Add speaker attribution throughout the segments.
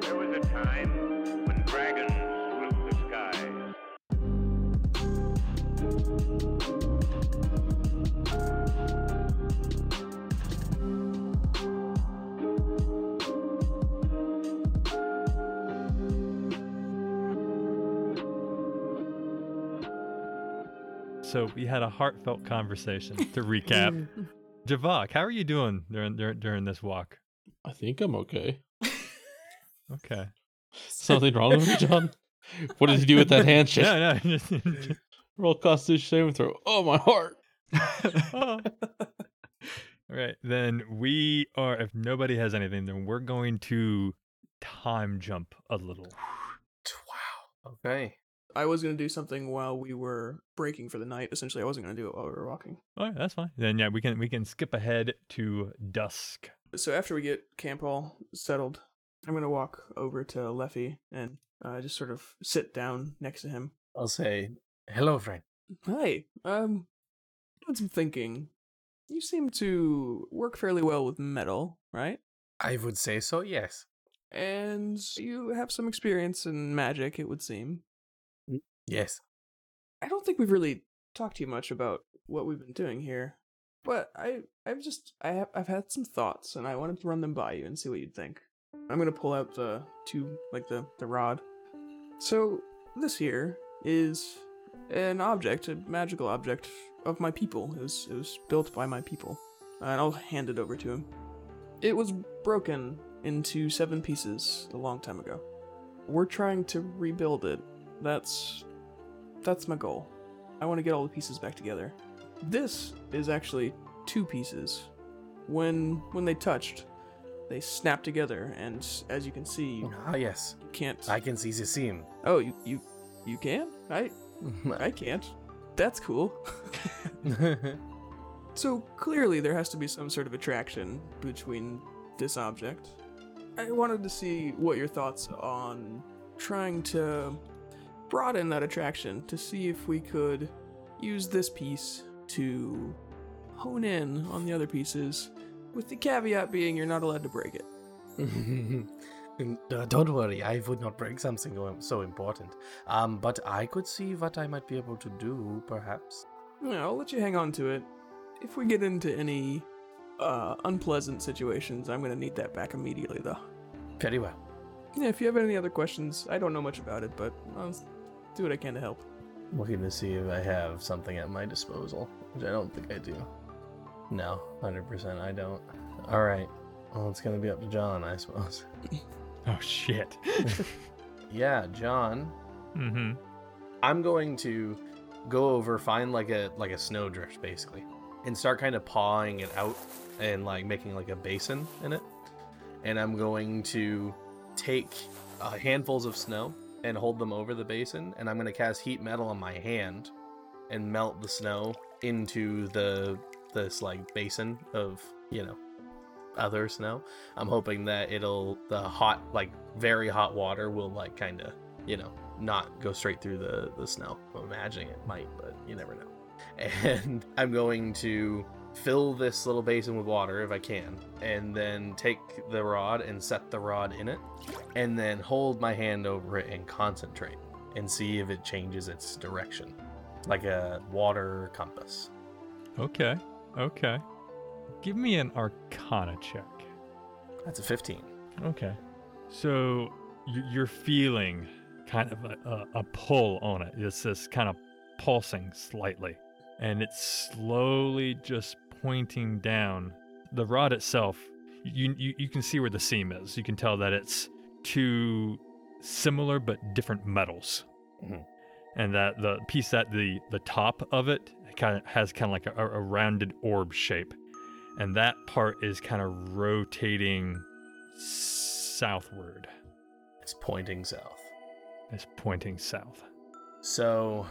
Speaker 1: There was a time when dragons ruled the skies.
Speaker 2: So we had a heartfelt conversation to recap. Javak, how are you doing during, during during this walk?
Speaker 3: I think I'm okay.
Speaker 2: Okay.
Speaker 3: Something wrong with me, John? What did you do with that handshake?
Speaker 2: No, no. just-
Speaker 3: Roll constitution saving throw. Oh, my heart.
Speaker 2: oh. All right. Then we are if nobody has anything, then we're going to time jump a little.
Speaker 4: Okay.
Speaker 5: I was gonna do something while we were breaking for the night. Essentially, I wasn't gonna do it while we were walking.
Speaker 2: All right, that's fine. Then yeah, we can we can skip ahead to dusk.
Speaker 5: So after we get Camp Hall settled, I'm gonna walk over to Leffy and uh, just sort of sit down next to him.
Speaker 4: I'll say, hello, friend.
Speaker 5: Hi. Um, what's thinking? You seem to work fairly well with metal, right?
Speaker 4: I would say so, yes.
Speaker 5: And you have some experience in magic, it would seem.
Speaker 4: Mm, Yes.
Speaker 5: I don't think we've really talked too much about what we've been doing here, but I I've just I have I've had some thoughts and I wanted to run them by you and see what you'd think. I'm gonna pull out the two like the the rod. So this here is an object, a magical object of my people. It was it was built by my people, and I'll hand it over to him. It was broken into seven pieces a long time ago. We're trying to rebuild it. That's that's my goal. I want to get all the pieces back together. This is actually two pieces. When when they touched, they snapped together, and as you can see, you
Speaker 4: Ah, yes.
Speaker 5: can't.
Speaker 4: I can see the seam.
Speaker 5: Oh, you you you can? I I can't. That's cool. So clearly, there has to be some sort of attraction between this object. I wanted to see what your thoughts on trying to broaden that attraction to see if we could use this piece to hone in on the other pieces, with the caveat being you're not allowed to break it.
Speaker 4: And, uh, don't worry, I would not break something o- so important. Um, but I could see what I might be able to do, perhaps.
Speaker 5: You know, I'll let you hang on to it. If we get into any uh, unpleasant situations, I'm gonna need that back immediately, though.
Speaker 4: Very well.
Speaker 5: Yeah, if you have any other questions, I don't know much about it, but I'll s- do what I can to help.
Speaker 4: Looking to see if I have something at my disposal, which I don't think I do. No, 100% I don't. All right. Well, it's going to be up to John, I suppose.
Speaker 2: Oh shit.
Speaker 4: Yeah, John.
Speaker 2: mm-hmm.
Speaker 4: I'm going to go over find like a like a snowdrift basically and start kind of pawing it out and like making like a basin in it. And I'm going to take uh, handfuls of snow and hold them over the basin and I'm going to cast heat metal on my hand and melt the snow into the this like basin of, you know, other snow. I'm hoping that it'll the hot like very hot water will like kind of you know, not go straight through the, the snow. I'm imagining it might, but you never know. And I'm going to fill this little basin with water if I can, and then take the rod and set the rod in it, and then hold my hand over it and concentrate and see if it changes its direction like a water compass.
Speaker 2: Okay. Okay. Give me an arcana check.
Speaker 4: That's a 15.
Speaker 2: Okay. So y- you're feeling kind of a, a, a pull on it. It's just kind of pulsing slightly, and it's slowly just pointing down. The rod itself, you, you you can see where the seam is. You can tell that it's two similar but different metals,
Speaker 4: Mhm.
Speaker 2: and that the piece at the the top of it kind of has kind of like a, a rounded orb shape, and that part is kind of rotating southward.
Speaker 4: It's pointing south.
Speaker 2: It's pointing south.
Speaker 4: So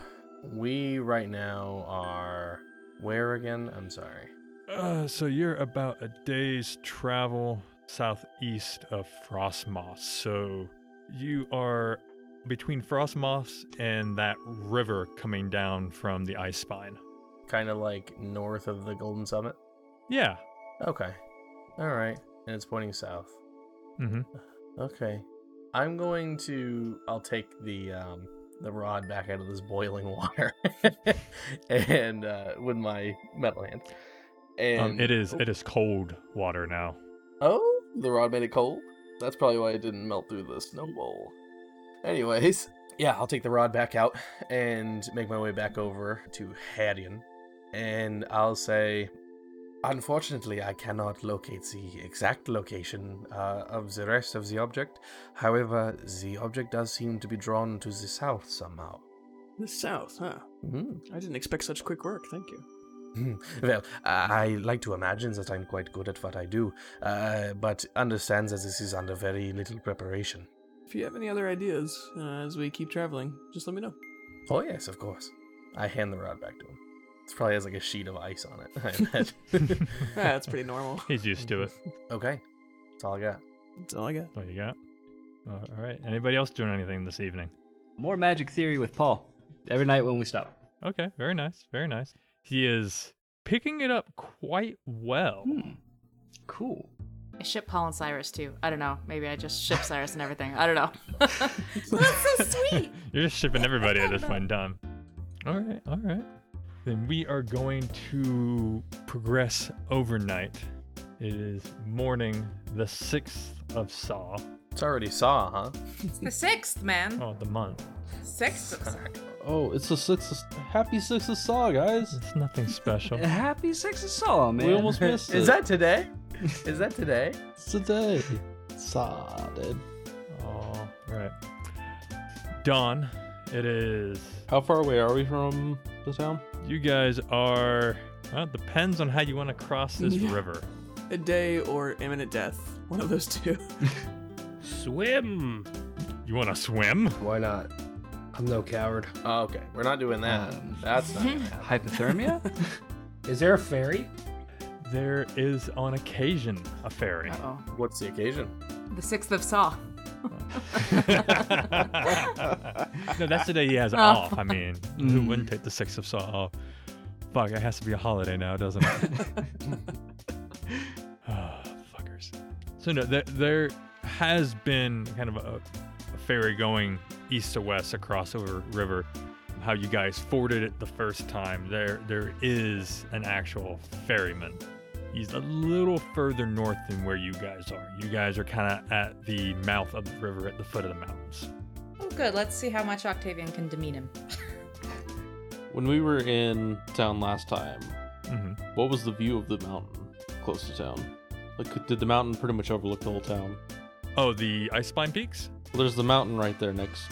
Speaker 4: we right now are where again? I'm sorry.
Speaker 2: Uh, so you're about a day's travel southeast of Frostmoss. So you are between Frostmoss and that river coming down from the ice spine.
Speaker 4: kind of like north of the Golden Summit.
Speaker 2: Yeah.
Speaker 4: Okay. All right. And it's pointing south.
Speaker 2: Mm-hmm.
Speaker 4: Okay. I'm going to I'll take the um the rod back out of this boiling water and uh with my metal hand. And
Speaker 2: Um, it is it is cold water now.
Speaker 4: Oh, the rod made it cold? That's probably why it didn't melt through the snowball. Anyways, yeah, I'll take the rod back out and make my way back over to Hadian. And I'll say, Unfortunately, I cannot locate the exact location uh, of the rest of the object. However, the object does seem to be drawn to the south somehow.
Speaker 5: The south, huh?
Speaker 4: Hmm.
Speaker 5: I didn't expect such quick work. Thank you.
Speaker 4: Hmm. well, I I like to imagine that I'm quite good at what I do, uh, but understand that this is under very little preparation.
Speaker 5: If you have any other ideas uh, as we keep traveling, just let me know.
Speaker 4: Oh yes, of course. I hand the rod back to him. It probably has like a sheet of ice on it. I imagine.
Speaker 5: Ah, that's pretty normal.
Speaker 2: He's used to it.
Speaker 4: okay, that's all I got.
Speaker 5: That's all I got.
Speaker 2: What you got? Oh, All right. Anybody else doing anything this evening?
Speaker 6: More magic theory with Paul every night when we stop.
Speaker 2: Okay, very nice, very nice. He is picking it up quite well.
Speaker 6: Hmm. Cool.
Speaker 7: I ship Paul and Cyrus too. I don't know. Maybe I just ship Cyrus and everything. I don't know. That's so sweet.
Speaker 2: You're just shipping everybody at this point in time. All right, all right. Then we are going to progress overnight. It is morning, the 6th of Saw.
Speaker 4: It's already saw, huh?
Speaker 8: It's the sixth, man.
Speaker 2: Oh, the month.
Speaker 8: Sixth of Saga.
Speaker 3: Oh, it's the sixth. of- Happy sixth of Saw, guys.
Speaker 2: It's nothing special.
Speaker 6: Happy Six of Saw,
Speaker 4: Oh,
Speaker 6: man.
Speaker 3: We almost missed it.
Speaker 4: Is that today? Is that today?
Speaker 3: It's today? Saw, dude.
Speaker 2: All right. Dawn, it is.
Speaker 3: How far away are we from the town?
Speaker 2: You guys are. Well, it depends on how you want to cross this
Speaker 5: Yeah.
Speaker 2: river.
Speaker 5: A day or imminent death. One of those two.
Speaker 9: Swim.
Speaker 2: You want to swim?
Speaker 9: Why not? I'm no coward.
Speaker 4: Oh, okay, we're not doing that.
Speaker 6: Um,
Speaker 4: That's not. gonna happen.
Speaker 6: Hypothermia?
Speaker 9: Is there a ferry?
Speaker 2: There is, on occasion, a ferry.
Speaker 7: Uh oh.
Speaker 4: What's the occasion?
Speaker 7: The sixth of Saw.
Speaker 2: no, that's the day he
Speaker 8: Oh.
Speaker 7: Oh.
Speaker 2: has off. I mean, who wouldn't take the six of saw off? Fuck, it has to be a holiday now, doesn't it? Ah, fuckers. So no, there, there has been kind of a, a ferry going east to west across over river. How you guys forded it the first time? There, there is an actual ferryman. He's a little further north than where you guys are. You guys are kind of at the mouth of the river, at the foot of the mountains.
Speaker 8: Oh, good. Let's see how much Octavian can demean him.
Speaker 3: When we were in town last time,
Speaker 2: hmm
Speaker 3: what was the view of the mountain close to town? Like, did the mountain pretty much overlook the whole town?
Speaker 2: Oh, the Ice Pine Peaks.
Speaker 3: Well, there's the mountain right there next.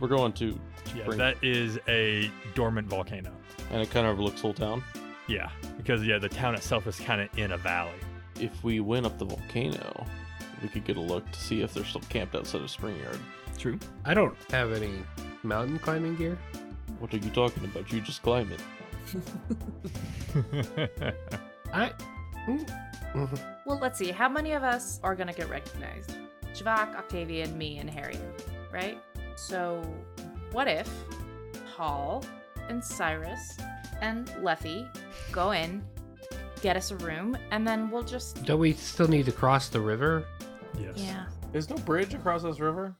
Speaker 3: We're going to,
Speaker 2: Yeah,
Speaker 3: Spring.
Speaker 2: that is a dormant volcano.
Speaker 3: and it kind of overlooks the whole town.
Speaker 2: Yeah, because yeah, the town itself is kind of in a valley.
Speaker 3: If we went up the volcano, we could get a look to see if they're still camped outside of Spring Yard.
Speaker 6: True.
Speaker 9: I don't have any mountain climbing gear.
Speaker 3: What are you talking about? You just climb it.
Speaker 9: I. mm-hmm.
Speaker 7: Well, let's see. How many of us are gonna get recognized? Javak, Octavian, me, and Harry, right? So, what if Paul and Cyrus and Leffy go in, get us a room, and then we'll just
Speaker 9: Don't we still need to cross the river?
Speaker 2: yes.
Speaker 7: yeah.
Speaker 4: There's no bridge across this river.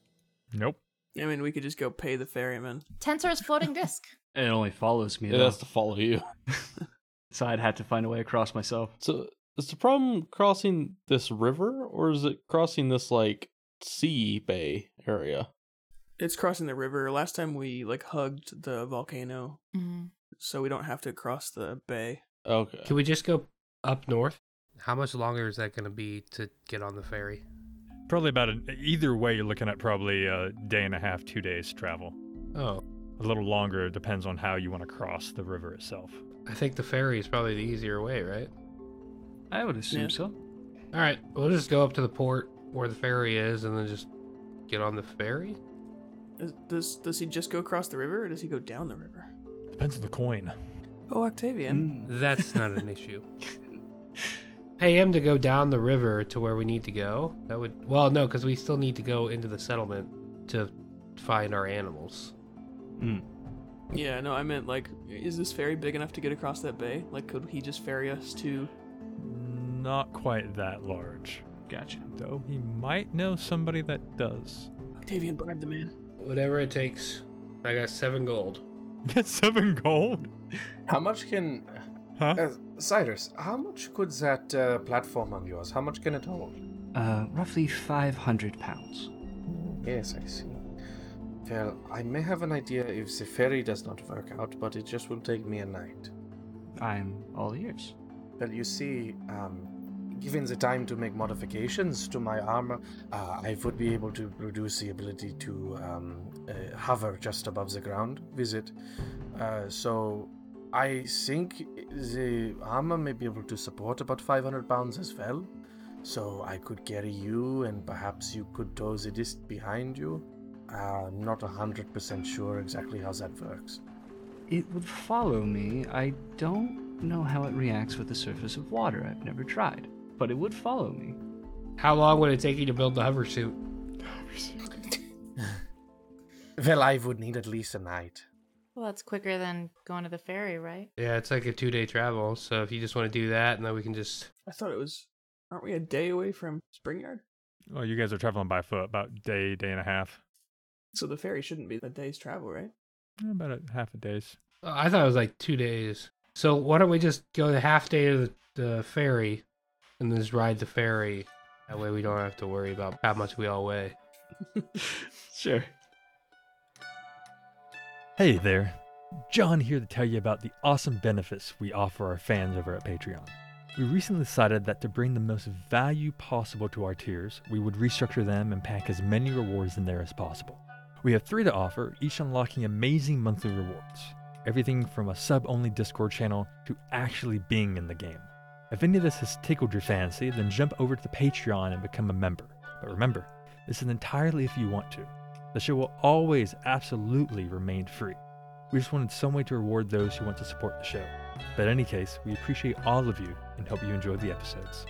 Speaker 2: Nope.
Speaker 5: I mean, we could just go pay the ferryman.
Speaker 7: Tensor's floating disc.
Speaker 6: It only follows me,
Speaker 3: It
Speaker 6: though.
Speaker 3: has to follow you.
Speaker 6: So I'd have to find a way across myself.
Speaker 3: So is the problem crossing this river, or is it crossing this like sea bay area?
Speaker 5: It's crossing the river. Last time we like hugged the volcano, so we don't have to cross the bay.
Speaker 3: Okay.
Speaker 9: Mm-hmm. Can we just go up north? How much longer is that going to be to get on the ferry?
Speaker 2: Probably about an, either way, you're looking at probably a day and a half, two days travel.
Speaker 9: Oh,
Speaker 2: A little longer depends on how you want to cross the river itself.
Speaker 9: I think the ferry is probably the easier way, right?
Speaker 6: I would assume
Speaker 5: Yeah.
Speaker 6: so.
Speaker 9: All right, we'll just go up to the port where the ferry is and then just get on the ferry.
Speaker 5: Is- Does does he just go across the river, or does he go down the river?
Speaker 2: Depends on the coin.
Speaker 5: Oh, Octavian.
Speaker 9: That's not an issue. Pay him to go down the river to where we need to go. That would well, no, because we still need to go into the settlement to find our animals.
Speaker 5: Yeah, no, I meant like, is this ferry big enough to get across that bay? Like, could he just ferry us to?
Speaker 2: Not quite that large.
Speaker 10: Gotcha.
Speaker 2: Though he might know somebody that does.
Speaker 5: Octavian bribed the man.
Speaker 9: Whatever it takes. I got seven gold.
Speaker 2: Get seven gold?
Speaker 11: How much can.
Speaker 2: Huh?
Speaker 11: Uh, Cyrus, how much could that uh, platform of yours, how much can it hold?
Speaker 6: Uh, roughly 500 pounds.
Speaker 11: Yes, I see. Well, I may have an idea if the ferry does not work out, but it just will take me a night.
Speaker 6: I'm all ears.
Speaker 11: Well, you see, um, given the time to make modifications to my armor, uh, I would be able to produce the ability to um, uh, hover just above the ground with it. Uh, so I think the armor may be able to support about 500 pounds as well. So I could carry you, and perhaps you could tow the disc behind you. Uh, I'm not 100% sure exactly how that works.
Speaker 6: It would follow me. I don't know how it reacts with the surface of water. I've never tried. But it would follow me.
Speaker 9: How long would it take you to build the hover suit?
Speaker 11: Well, I would need at least a night.
Speaker 7: Well, that's quicker than going to the ferry, right?
Speaker 9: Yeah, it's like a two day travel. So if you just want to do that, and then we can just.
Speaker 5: I thought it was. Aren't we a day away from Springyard?
Speaker 2: Well, Oh, you guys are traveling by foot, about day, day and a half.
Speaker 5: So the ferry shouldn't be the day's travel, right?
Speaker 2: About a half a day's.
Speaker 9: Uh, I thought it was like two days. So why don't we just go the half day to the, the ferry, and then just ride the ferry? That way we don't have to worry about how much we all weigh.
Speaker 6: Sure.
Speaker 2: Hey there. John here to tell you about the awesome benefits we offer our fans over at Patreon. We recently decided that to bring the most value possible to our tiers, we would restructure them and pack as many rewards in there as possible. We have three to offer, each unlocking amazing monthly rewards. Everything from a sub only Discord channel to actually being in the game. If any of this has tickled your fancy, then jump over to the Patreon and become a member. But remember, this is entirely if you want to. The show will always absolutely remain free. We just wanted some way to reward those who want to support the show. But in any case, we appreciate all of you and hope you enjoy the episodes.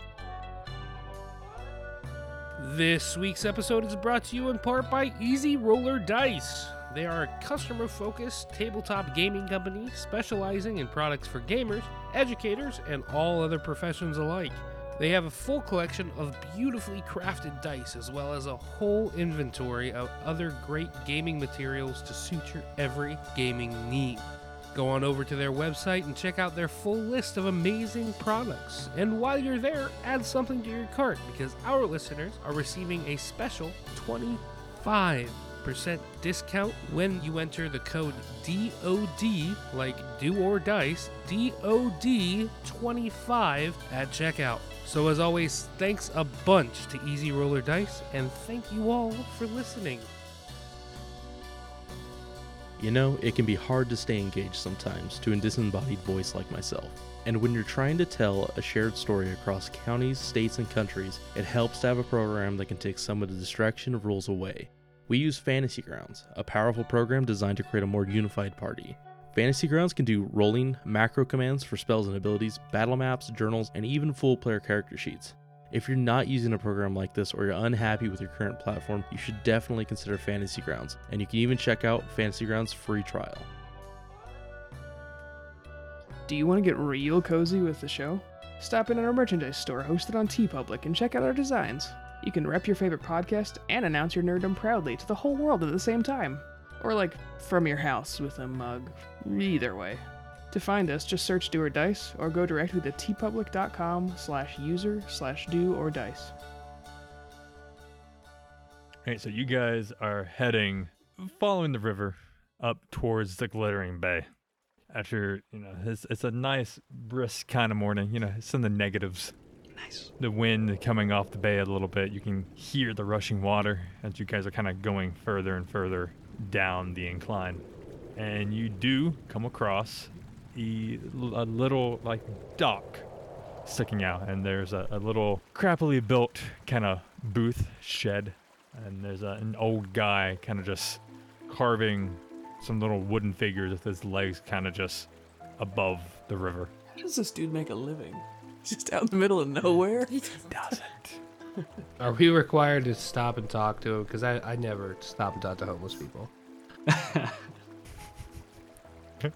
Speaker 9: This week's episode is brought to you in part by Easy Roller Dice. They are a customer focused tabletop gaming company specializing in products for gamers, educators, and all other professions alike. They have a full collection of beautifully crafted dice as well as a whole inventory of other great gaming materials to suit your every gaming need. Go on over to their website and check out their full list of amazing products. And while you're there, add something to your cart because our listeners are receiving a special 25% discount when you enter the code DOD, like do or dice, DOD25 at checkout. So, as always, thanks a bunch to Easy Roller Dice and thank you all for listening.
Speaker 3: You know, it can be hard to stay engaged sometimes to a disembodied voice like myself. And when you're trying to tell a shared story across counties, states, and countries, it helps to have a program that can take some of the distraction of rules away. We use Fantasy Grounds, a powerful program designed to create a more unified party. Fantasy Grounds can do rolling, macro commands for spells and abilities, battle maps, journals, and even full player character sheets. If you're not using a program like this or you're unhappy with your current platform, you should definitely consider Fantasy Grounds, and you can even check out Fantasy Grounds free trial.
Speaker 5: Do you want to get real cozy with the show? Stop in at our merchandise store hosted on TeePublic and check out our designs. You can rep your favorite podcast and announce your nerddom proudly to the whole world at the same time. Or, like, from your house with a mug. Either way. To find us, just search Do or Dice or go directly to tpublic.com slash user slash do or dice.
Speaker 2: All right, so you guys are heading, following the river up towards the glittering bay. After, you know, it's, it's a nice, brisk kind of morning. You know, it's in the negatives. Nice. The wind coming off the bay a little bit. You can hear the rushing water as you guys are kind of going further and further down the incline. And you do come across a, a little, like, dock sticking out, and there's a, a little crappily built kind of booth shed, and there's a, an old guy kind of just carving some little wooden figures with his legs kind of just above the river.
Speaker 5: How does this dude make a living? Just out in the middle of nowhere?
Speaker 9: Are we required to stop and talk to him? Because I, I never stop and talk to homeless people.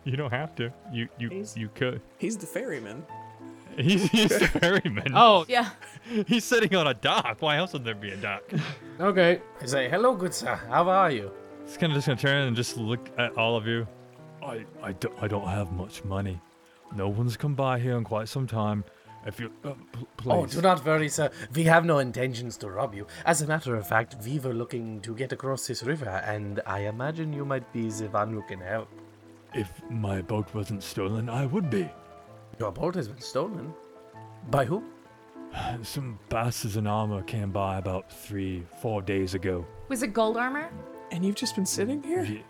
Speaker 2: you don't have to. You you you could.
Speaker 5: He's the ferryman.
Speaker 2: He's, he's the ferryman.
Speaker 9: Oh,
Speaker 7: Yeah.
Speaker 2: He's sitting on a dock. Why else would there be a dock?
Speaker 9: okay.
Speaker 4: I say, hello, good sir. How are you?
Speaker 2: He's kind of just gonna turn and just look at all of you. I, I, do, I don't have much money. No one's come by here in quite some time. If you, uh, pl- please.
Speaker 4: Oh, do not worry, sir. We have no intentions to rob you. As a matter of fact, we were looking to get across this river, and I imagine you might be the one who can help.
Speaker 2: If my boat wasn't stolen, I would be.
Speaker 4: Your boat has been stolen. By who?
Speaker 2: Some bastards in armor came by about three, four days ago.
Speaker 8: Was it gold armor?
Speaker 5: And you've just been sitting here?
Speaker 2: Ye-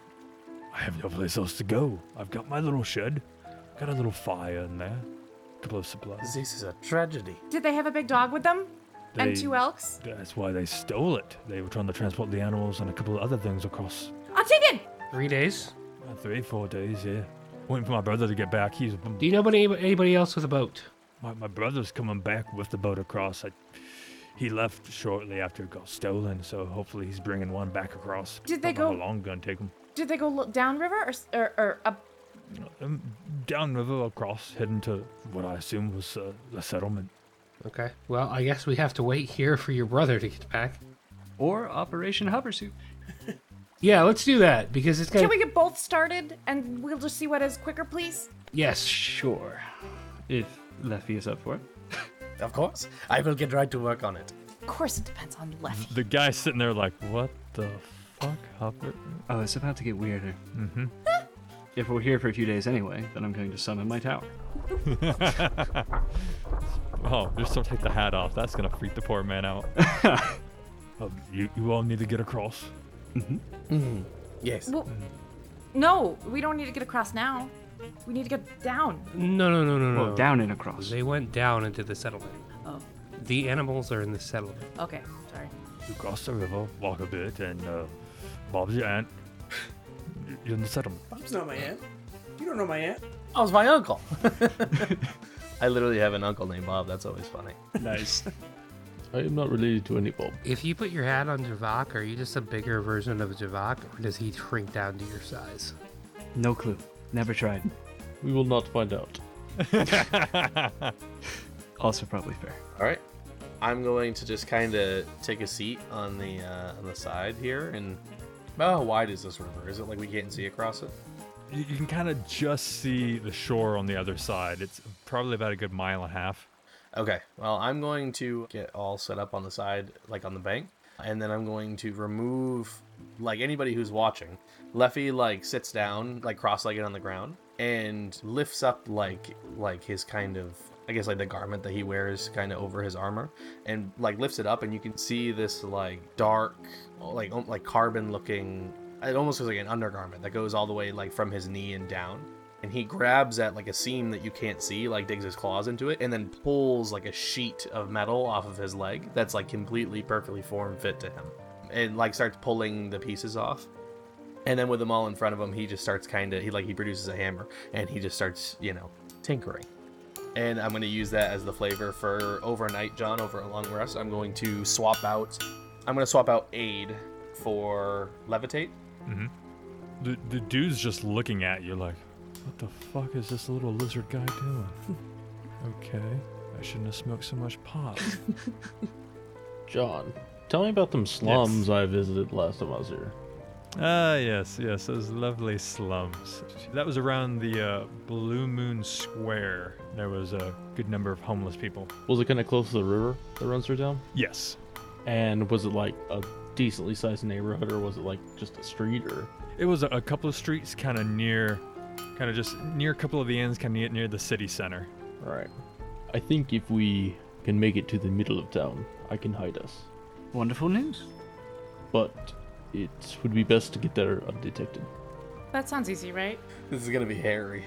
Speaker 2: I have no place else to go. I've got my little shed, got a little fire in there, couple of supplies.
Speaker 4: This is a tragedy.
Speaker 7: Did they have a big dog with them?
Speaker 2: They-
Speaker 7: And two elks?
Speaker 2: That's why they stole it. They were trying to transport the animals and a couple of other things across
Speaker 7: Octavian!
Speaker 9: Three days.
Speaker 2: uh, three, four days. Yeah, waiting for my brother to get back. He's
Speaker 9: Do you know any, anybody else with a boat?
Speaker 2: my, my brother's coming back with the boat across. I, he left shortly after it got stolen, so hopefully he's bringing one back across.
Speaker 7: Did they
Speaker 2: Don't know
Speaker 7: go-
Speaker 2: How long gonna take him?
Speaker 7: Did they go look downriver or, s- or, or up?
Speaker 2: Um, downriver across, heading to what I assume was uh, the settlement.
Speaker 9: Okay. Well, I guess we have to wait here for your brother to get back.
Speaker 6: Or Operation Hoversuit.
Speaker 9: Yeah, let's do that because it's gonna.
Speaker 7: Can we get both started and we'll just see what is quicker, please?
Speaker 9: Yes.
Speaker 6: Sure. If Leffy is up for it.
Speaker 4: Of course. I will get right to work on it.
Speaker 7: Of course, it depends on Leffy.
Speaker 2: The guy sitting there like, what the fuck, Hopper?
Speaker 6: Oh, it's about to get weirder. Mm-hmm. if we're here for a few days anyway, then I'm going to summon my tower.
Speaker 2: Oh, just don't take the hat off. That's gonna freak the poor man out. Um, you, you all need to get across.
Speaker 9: Mm-hmm.
Speaker 4: Yes.
Speaker 7: Well, no, we don't need to get across now. We need to get down.
Speaker 9: No, no, no, no, no.
Speaker 6: Well, down and across.
Speaker 9: They went down into the settlement.
Speaker 7: Oh,
Speaker 9: The animals are in the settlement.
Speaker 7: okay. Sorry.
Speaker 2: You cross the river, walk a bit, and uh, Bob's your aunt. You're in the settlement.
Speaker 5: Bob's not my aunt. You don't know my aunt.
Speaker 4: I was my uncle. I literally have an uncle named Bob. That's always funny.
Speaker 6: Nice.
Speaker 12: I am not related to any Bob.
Speaker 9: If you put your hat on Javak, are you just a bigger version of Javak, or does he shrink down to your size?
Speaker 6: no clue. Never tried.
Speaker 12: We will not find out.
Speaker 6: Also probably fair.
Speaker 4: All right. I'm going to just kind of take a seat on the uh, on the side here. And about how wide is this river? Is it like we can't see across it?
Speaker 2: You, you can kind of just see the shore on the other side. It's probably about a good mile and a half.
Speaker 4: Okay. Well, I'm going to get all set up on the side, like on the bank, and then I'm going to remove like anybody who's watching. Leffy like sits down, like cross-legged on the ground, and lifts up like like his kind of I guess like the garment that he wears kind of over his armor and like lifts it up and you can see this like dark like um, like carbon looking it almost looks like an undergarment that goes all the way like from his knee and down and he grabs at like a seam that you can't see, like digs his claws into it, and then pulls like a sheet of metal off of his leg that's like completely perfectly form fit to him, and like starts pulling the pieces off. And then with them all in front of him, he just starts kind of he like he produces a hammer and he just starts you know tinkering. And I'm gonna use that as the flavor for overnight, John, over a long rest. I'm going to swap out. I'm gonna swap out aid for levitate.
Speaker 2: Mm-hmm. The, the dude's just looking at you like, what the fuck is this little lizard guy doing? okay, I shouldn't have smoked so much pot.
Speaker 12: John, tell me about them slums I visited last time I was here.
Speaker 2: Ah, yes, yes, those lovely slums. That was around the uh, Blue Moon Square. There was a good number of homeless people.
Speaker 12: Was it kind of close to the river that runs through town?
Speaker 2: Yes.
Speaker 12: And was it like a decently sized neighborhood, or was it like just a street, or
Speaker 2: It was a, a couple of streets kind of near, kind of just near a couple of the ends, kind of near, near the city center.
Speaker 12: All right. I think if we can make it to the middle of town, I can hide us.
Speaker 6: Wonderful news.
Speaker 12: But it would be best to get there undetected.
Speaker 7: That sounds easy, right?
Speaker 4: This is gonna be hairy.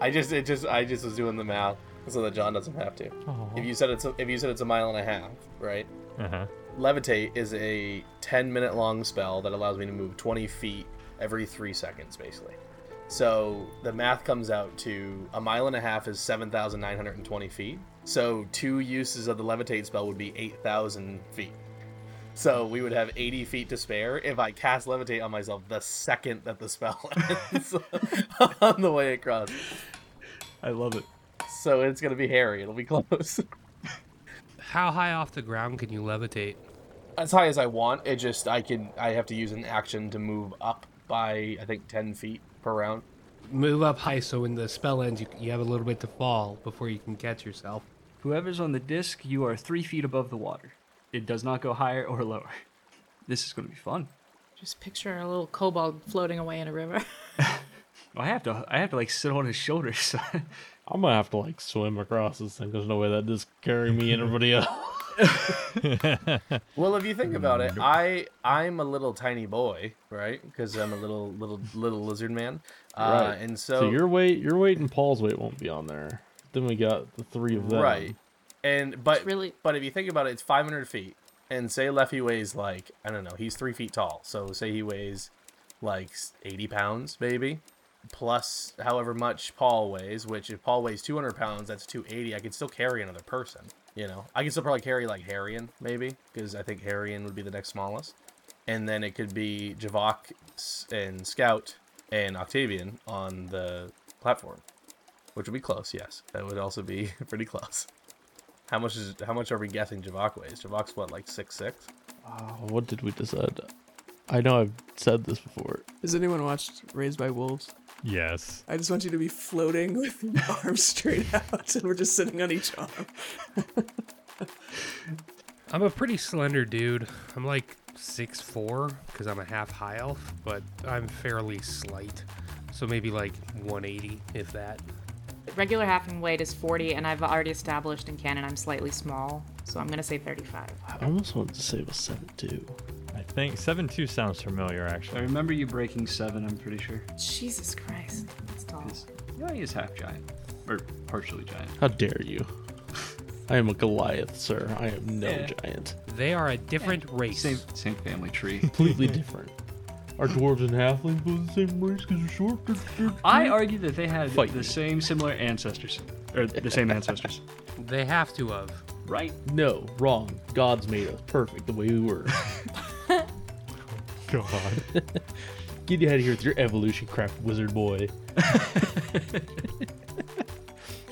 Speaker 4: I just, it just, I just was doing the math so that John doesn't have to. If you said it's, a, if you said it's a mile and a half, right?
Speaker 9: Uh-huh.
Speaker 2: Uh huh.
Speaker 4: Levitate is a ten-minute long spell that allows me to move twenty feet every three seconds, basically. So the math comes out to a mile and a half is seven thousand nine hundred and twenty feet. So two uses of the levitate spell would be eight thousand feet. So we would have 80 feet to spare if I cast levitate on myself the second that the spell ends on the way across.
Speaker 3: I love it.
Speaker 4: So it's gonna be hairy. It'll be close.
Speaker 9: How high off the ground can you levitate?
Speaker 4: as high as I want. It just I can I have to use an action to move up by I think ten feet per round.
Speaker 9: Move up high so when the spell ends, you, you have a little bit to fall before you can catch yourself.
Speaker 6: Whoever's on the disc, you are three feet above the water. It does not go higher or lower. This is going to be fun.
Speaker 7: Just picture a little kobold floating away in a river.
Speaker 6: I have to. I have to like sit on his shoulders.
Speaker 3: I'm gonna have to like swim across this thing. There's no way that just carry me and everybody else.
Speaker 4: Well, if you think about it, I I'm a little tiny boy, right? Because I'm a little little little lizard man, uh,
Speaker 3: Right.
Speaker 4: and
Speaker 3: So,
Speaker 4: so,
Speaker 3: your weight, your weight, and Paul's weight won't be on there. Then we got the three of them.
Speaker 4: right. And but
Speaker 7: really-
Speaker 4: but if you think about it, it's 500 feet, and say Leffy weighs like I don't know, he's three feet tall, so say he weighs like 80 pounds, maybe, plus however much Paul weighs. Which if Paul weighs 200 pounds, that's 280. I could still carry another person. You know, I could still probably carry like Harrion, maybe, because I think Harrion would be the next smallest, and then it could be Javok s- and Scout and Octavian on the platform, which would be close. Yes, that would also be pretty close. How much is how much are we guessing Javok weighs? Javok's what, like six six?
Speaker 3: Oh, what did we decide? I know I've said this before.
Speaker 5: Has anyone watched Raised by Wolves?
Speaker 2: Yes.
Speaker 5: I just want you to be floating with your arms straight out, and we're just sitting on each arm.
Speaker 9: I'm a pretty slender dude. I'm like six four because I'm a half high elf, but I'm fairly slight. So maybe like 180, if that.
Speaker 7: Regular halfling weight is 40, and I've already established in canon I'm slightly small, so I'm gonna say 35.
Speaker 3: I almost wanted to save a seven too.
Speaker 2: I think 7 2 sounds familiar,
Speaker 6: I
Speaker 2: actually.
Speaker 6: remember you breaking seven. I'm pretty sure.
Speaker 7: Jesus Christ, that's tall.
Speaker 6: Yeah, he is half giant or partially giant.
Speaker 3: How dare you? I am a Goliath, sir. I am no
Speaker 6: Yeah.
Speaker 3: giant.
Speaker 9: They are a different race.
Speaker 6: Same same family tree.
Speaker 3: Completely different. Are dwarves and halflings both the same race because they're short? They're- they're-
Speaker 6: I argue that they had
Speaker 3: Fight
Speaker 6: the
Speaker 3: me.
Speaker 6: same similar ancestors or the same ancestors.
Speaker 9: They have to have.
Speaker 6: Right?
Speaker 3: No, wrong. God's made us perfect the way we were.
Speaker 2: God.
Speaker 3: Get you out of here with your evolution crap, wizard boy.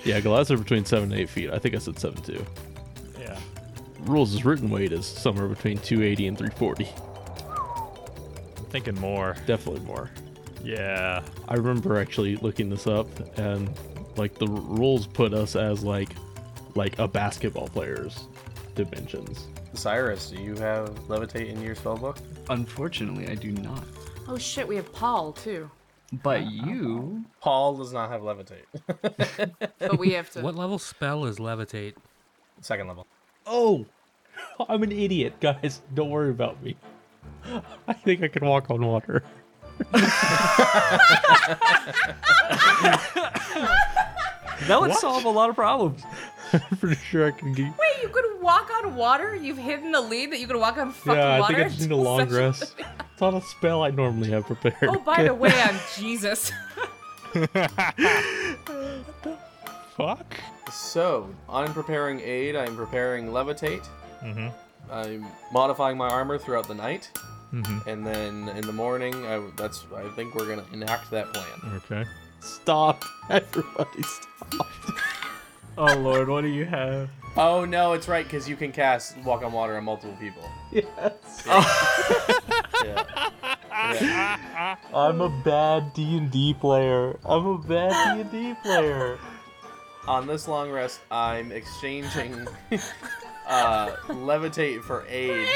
Speaker 3: yeah, Goliaths are between seven and eight feet. I think I said seven too.
Speaker 2: yeah.
Speaker 3: Rules' written weight is somewhere between 280 and 340.
Speaker 2: I'm thinking more.
Speaker 3: Definitely more.
Speaker 2: Yeah.
Speaker 3: I remember actually looking this up, and like the r- rules put us as like like a basketball player's dimensions.
Speaker 4: Cyrus, do you have levitate in your spellbook?
Speaker 6: Unfortunately, I do not.
Speaker 7: Oh shit, we have Paul too.
Speaker 6: But you
Speaker 4: Paul does not have levitate.
Speaker 7: But we have to.
Speaker 9: What level spell is levitate?
Speaker 4: Second level.
Speaker 3: Oh, I'm an idiot, guys. Don't worry about me. I think I can walk on water.
Speaker 6: that would solve a lot of problems.
Speaker 3: I'm pretty sure I can get.
Speaker 7: Wait, you could walk on water? You've hidden the lead that you could walk on fucking
Speaker 3: yeah, I
Speaker 7: water?
Speaker 3: think I just need a long rest. It's not a spell I normally have prepared.
Speaker 7: Oh, by the way, I'm Jesus.
Speaker 3: fuck.
Speaker 4: So I'm preparing aid. I'm preparing levitate.
Speaker 2: Mhm.
Speaker 4: I'm modifying my armor throughout the night,
Speaker 2: Mhm.
Speaker 4: and then in the morning, I, that's I think we're gonna enact that plan.
Speaker 2: Okay.
Speaker 3: Stop, everybody! Stop.
Speaker 6: Oh lord, what do you have?
Speaker 4: Oh no, it's right because you can cast walk on water on multiple people.
Speaker 3: Yes.
Speaker 4: Yeah. Yeah.
Speaker 3: I'm a bad D and D player. I'm a bad D and D player.
Speaker 4: On this long rest, I'm exchanging uh, levitate for aid.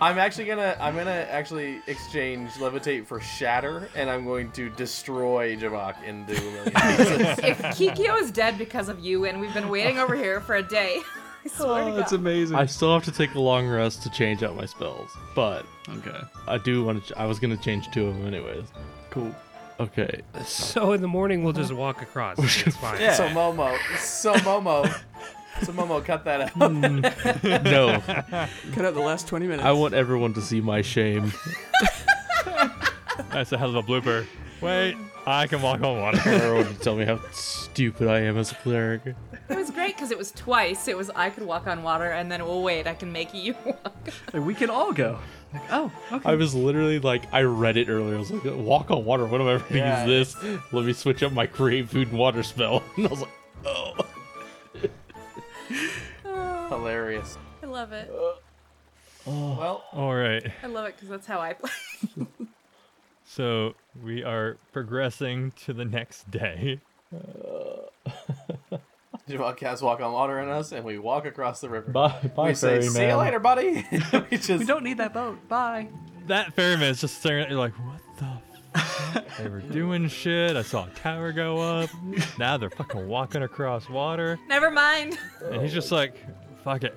Speaker 4: I'm actually gonna I'm gonna actually exchange levitate for shatter, and I'm going to destroy Javok into a million pieces.
Speaker 7: if Kikyo is dead because of you and we've been waiting over here for a day, I
Speaker 3: Oh,
Speaker 7: swear
Speaker 2: Oh,
Speaker 7: to God.
Speaker 6: That's amazing.
Speaker 3: I still have to take a long rest to change out my spells, but
Speaker 6: Okay.
Speaker 3: I do want to. I was gonna change two of them anyways.
Speaker 6: Cool.
Speaker 3: Okay.
Speaker 9: So in the morning, we'll just walk across. It's fine.
Speaker 4: So Momo, so Momo, so Momo, cut that out.
Speaker 3: No,
Speaker 5: Cut out the last 20 minutes.
Speaker 3: I want everyone to see my shame.
Speaker 2: That's a hell of a blooper. Wait, I can walk on water.
Speaker 3: Everyone to tell me how stupid I am as a cleric.
Speaker 7: It was great
Speaker 8: because it was twice. It was I could walk on water, and then oh wait, I can make you walk.
Speaker 6: We can all go. Like, oh, okay.
Speaker 3: I was literally like, I read it earlier. I was like, walk on water. What am I ever going to use this? Let me switch up my create food and water spell. And I was like, oh.
Speaker 4: Hilarious.
Speaker 8: I love it.
Speaker 4: Well,
Speaker 2: All right.
Speaker 8: I love it because that's how I play.
Speaker 2: So we are progressing to the next day.
Speaker 3: Uh,
Speaker 4: Javak has walk on water on us, and we walk across the river.
Speaker 3: Bye, bye,
Speaker 4: we say,
Speaker 3: fairy
Speaker 4: "See you
Speaker 3: man."
Speaker 4: later, buddy." we just
Speaker 6: We don't need that boat. Bye.
Speaker 2: That ferryman is just staring at you like, what the fuck? They were doing shit. I saw a tower go up. Now they're fucking walking across water.
Speaker 8: Never mind.
Speaker 2: And he's just like, fuck it.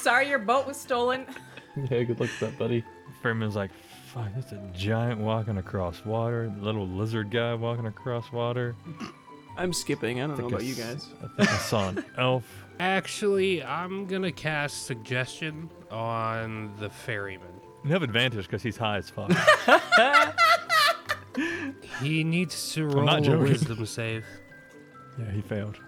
Speaker 8: Sorry, your boat was stolen.
Speaker 3: Yeah, good luck with that, buddy.
Speaker 2: Ferryman's like, fuck, that's a giant walking across water. Little lizard guy walking across water.
Speaker 5: I'm skipping. I don't know about you guys.
Speaker 2: I think I saw an elf.
Speaker 9: Actually, I'm gonna cast suggestion on the ferryman.
Speaker 2: You have advantage because he's high as fuck.
Speaker 9: He needs to
Speaker 2: I'm
Speaker 9: roll
Speaker 2: not
Speaker 9: a
Speaker 2: joking.
Speaker 9: wisdom save.
Speaker 2: yeah, he failed.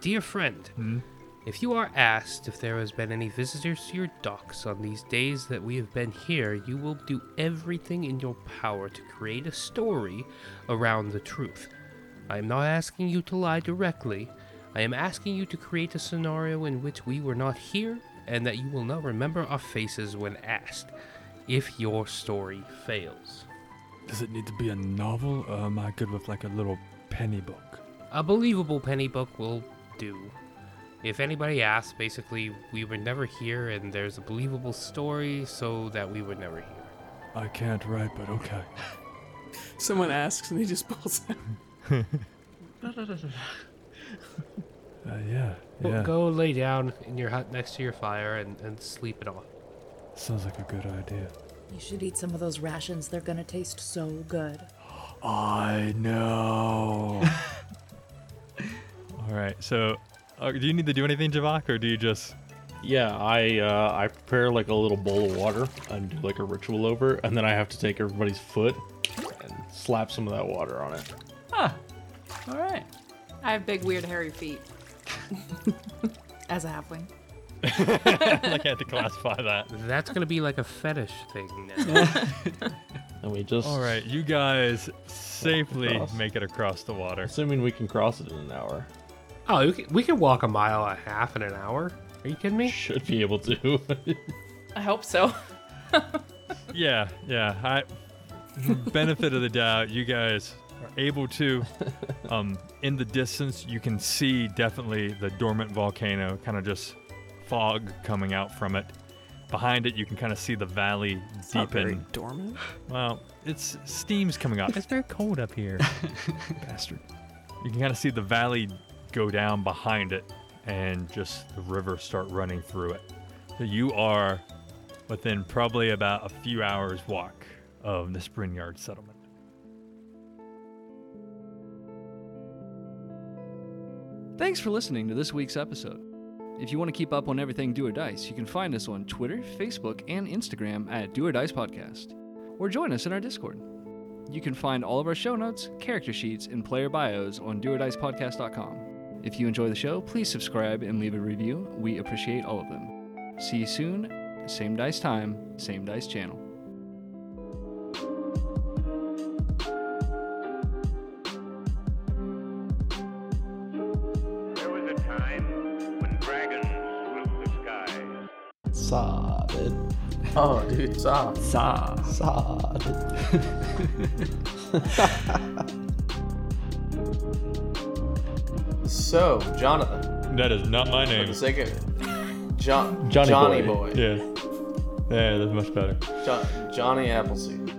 Speaker 9: Dear friend, if you are asked if there has been any visitors to your docks on these days that we have been here, you will do everything in your power to create a story around the truth. I am not asking you to lie directly. I am asking you to create a scenario in which we were not here and that you will not remember our faces when asked. If your story fails,
Speaker 2: Does it need to be a novel or am I good with like a little penny book?
Speaker 9: a believable penny book will do. If anybody asks, basically, we were never here, and there's a believable story so that we were never here.
Speaker 2: I can't write, but okay.
Speaker 5: Someone asks and he just pulls out.
Speaker 2: Uh, yeah,
Speaker 9: Go- Go lay down in your hut next to your fire and, and sleep it off.
Speaker 2: Sounds like a good idea.
Speaker 13: You should eat some of those rations. They're gonna taste so good.
Speaker 2: I know. All right. So, uh, do you need to do anything, Javak, or do you just?
Speaker 3: Yeah, I uh, I prepare like a little bowl of water and do like a ritual over, and then I have to take everybody's foot and slap some of that water on it.
Speaker 6: Huh. All right.
Speaker 8: I have big, weird, hairy feet. As a halfling.
Speaker 2: like I had to classify that.
Speaker 9: That's gonna be like a fetish thing now.
Speaker 3: And we just
Speaker 2: All right, you guys safely
Speaker 3: Across.
Speaker 2: make it across the water.
Speaker 3: assuming we can cross it in an hour.
Speaker 9: oh, we can, we can walk a mile and a half in an hour. Are you kidding me?
Speaker 3: Should be able to.
Speaker 8: I hope so.
Speaker 2: Yeah, yeah. I benefit of the doubt, you guys are able to. Um, in the distance, you can see definitely the dormant volcano, kind of just fog coming out from it. Behind it, you can kind of see the valley
Speaker 5: Not very
Speaker 2: deepen.
Speaker 5: dormant.
Speaker 2: Well, it's steam's coming up. It's very cold up here. Bastard. You can kind of see the valley go down behind it and just the river start running through it. So you are within probably about a few hours walk of the Spring Yard settlement.
Speaker 6: Thanks for listening to this week's episode. If you want to keep up on everything Do or Dice, you can find us on Twitter, Facebook, and Instagram at Do or Dice Podcast, or join us in our Discord. You can find all of our show notes, character sheets, and player bios on doordicepodcast.com. If you enjoy the show, please subscribe and leave a review. We appreciate all of them. See you soon, same dice time, same dice channel.
Speaker 1: There was a time when dragons ruled the skies.
Speaker 12: Solid.
Speaker 4: oh, dude, stop.
Speaker 12: Solid.
Speaker 4: So, Jonathan,
Speaker 2: That is not my
Speaker 4: for
Speaker 2: name.
Speaker 4: the sake of John,
Speaker 3: Johnny
Speaker 4: Johnny boy,
Speaker 3: boy.
Speaker 2: Yeah. Yeah, that's much better.
Speaker 4: Jo- Johnny Appleseed.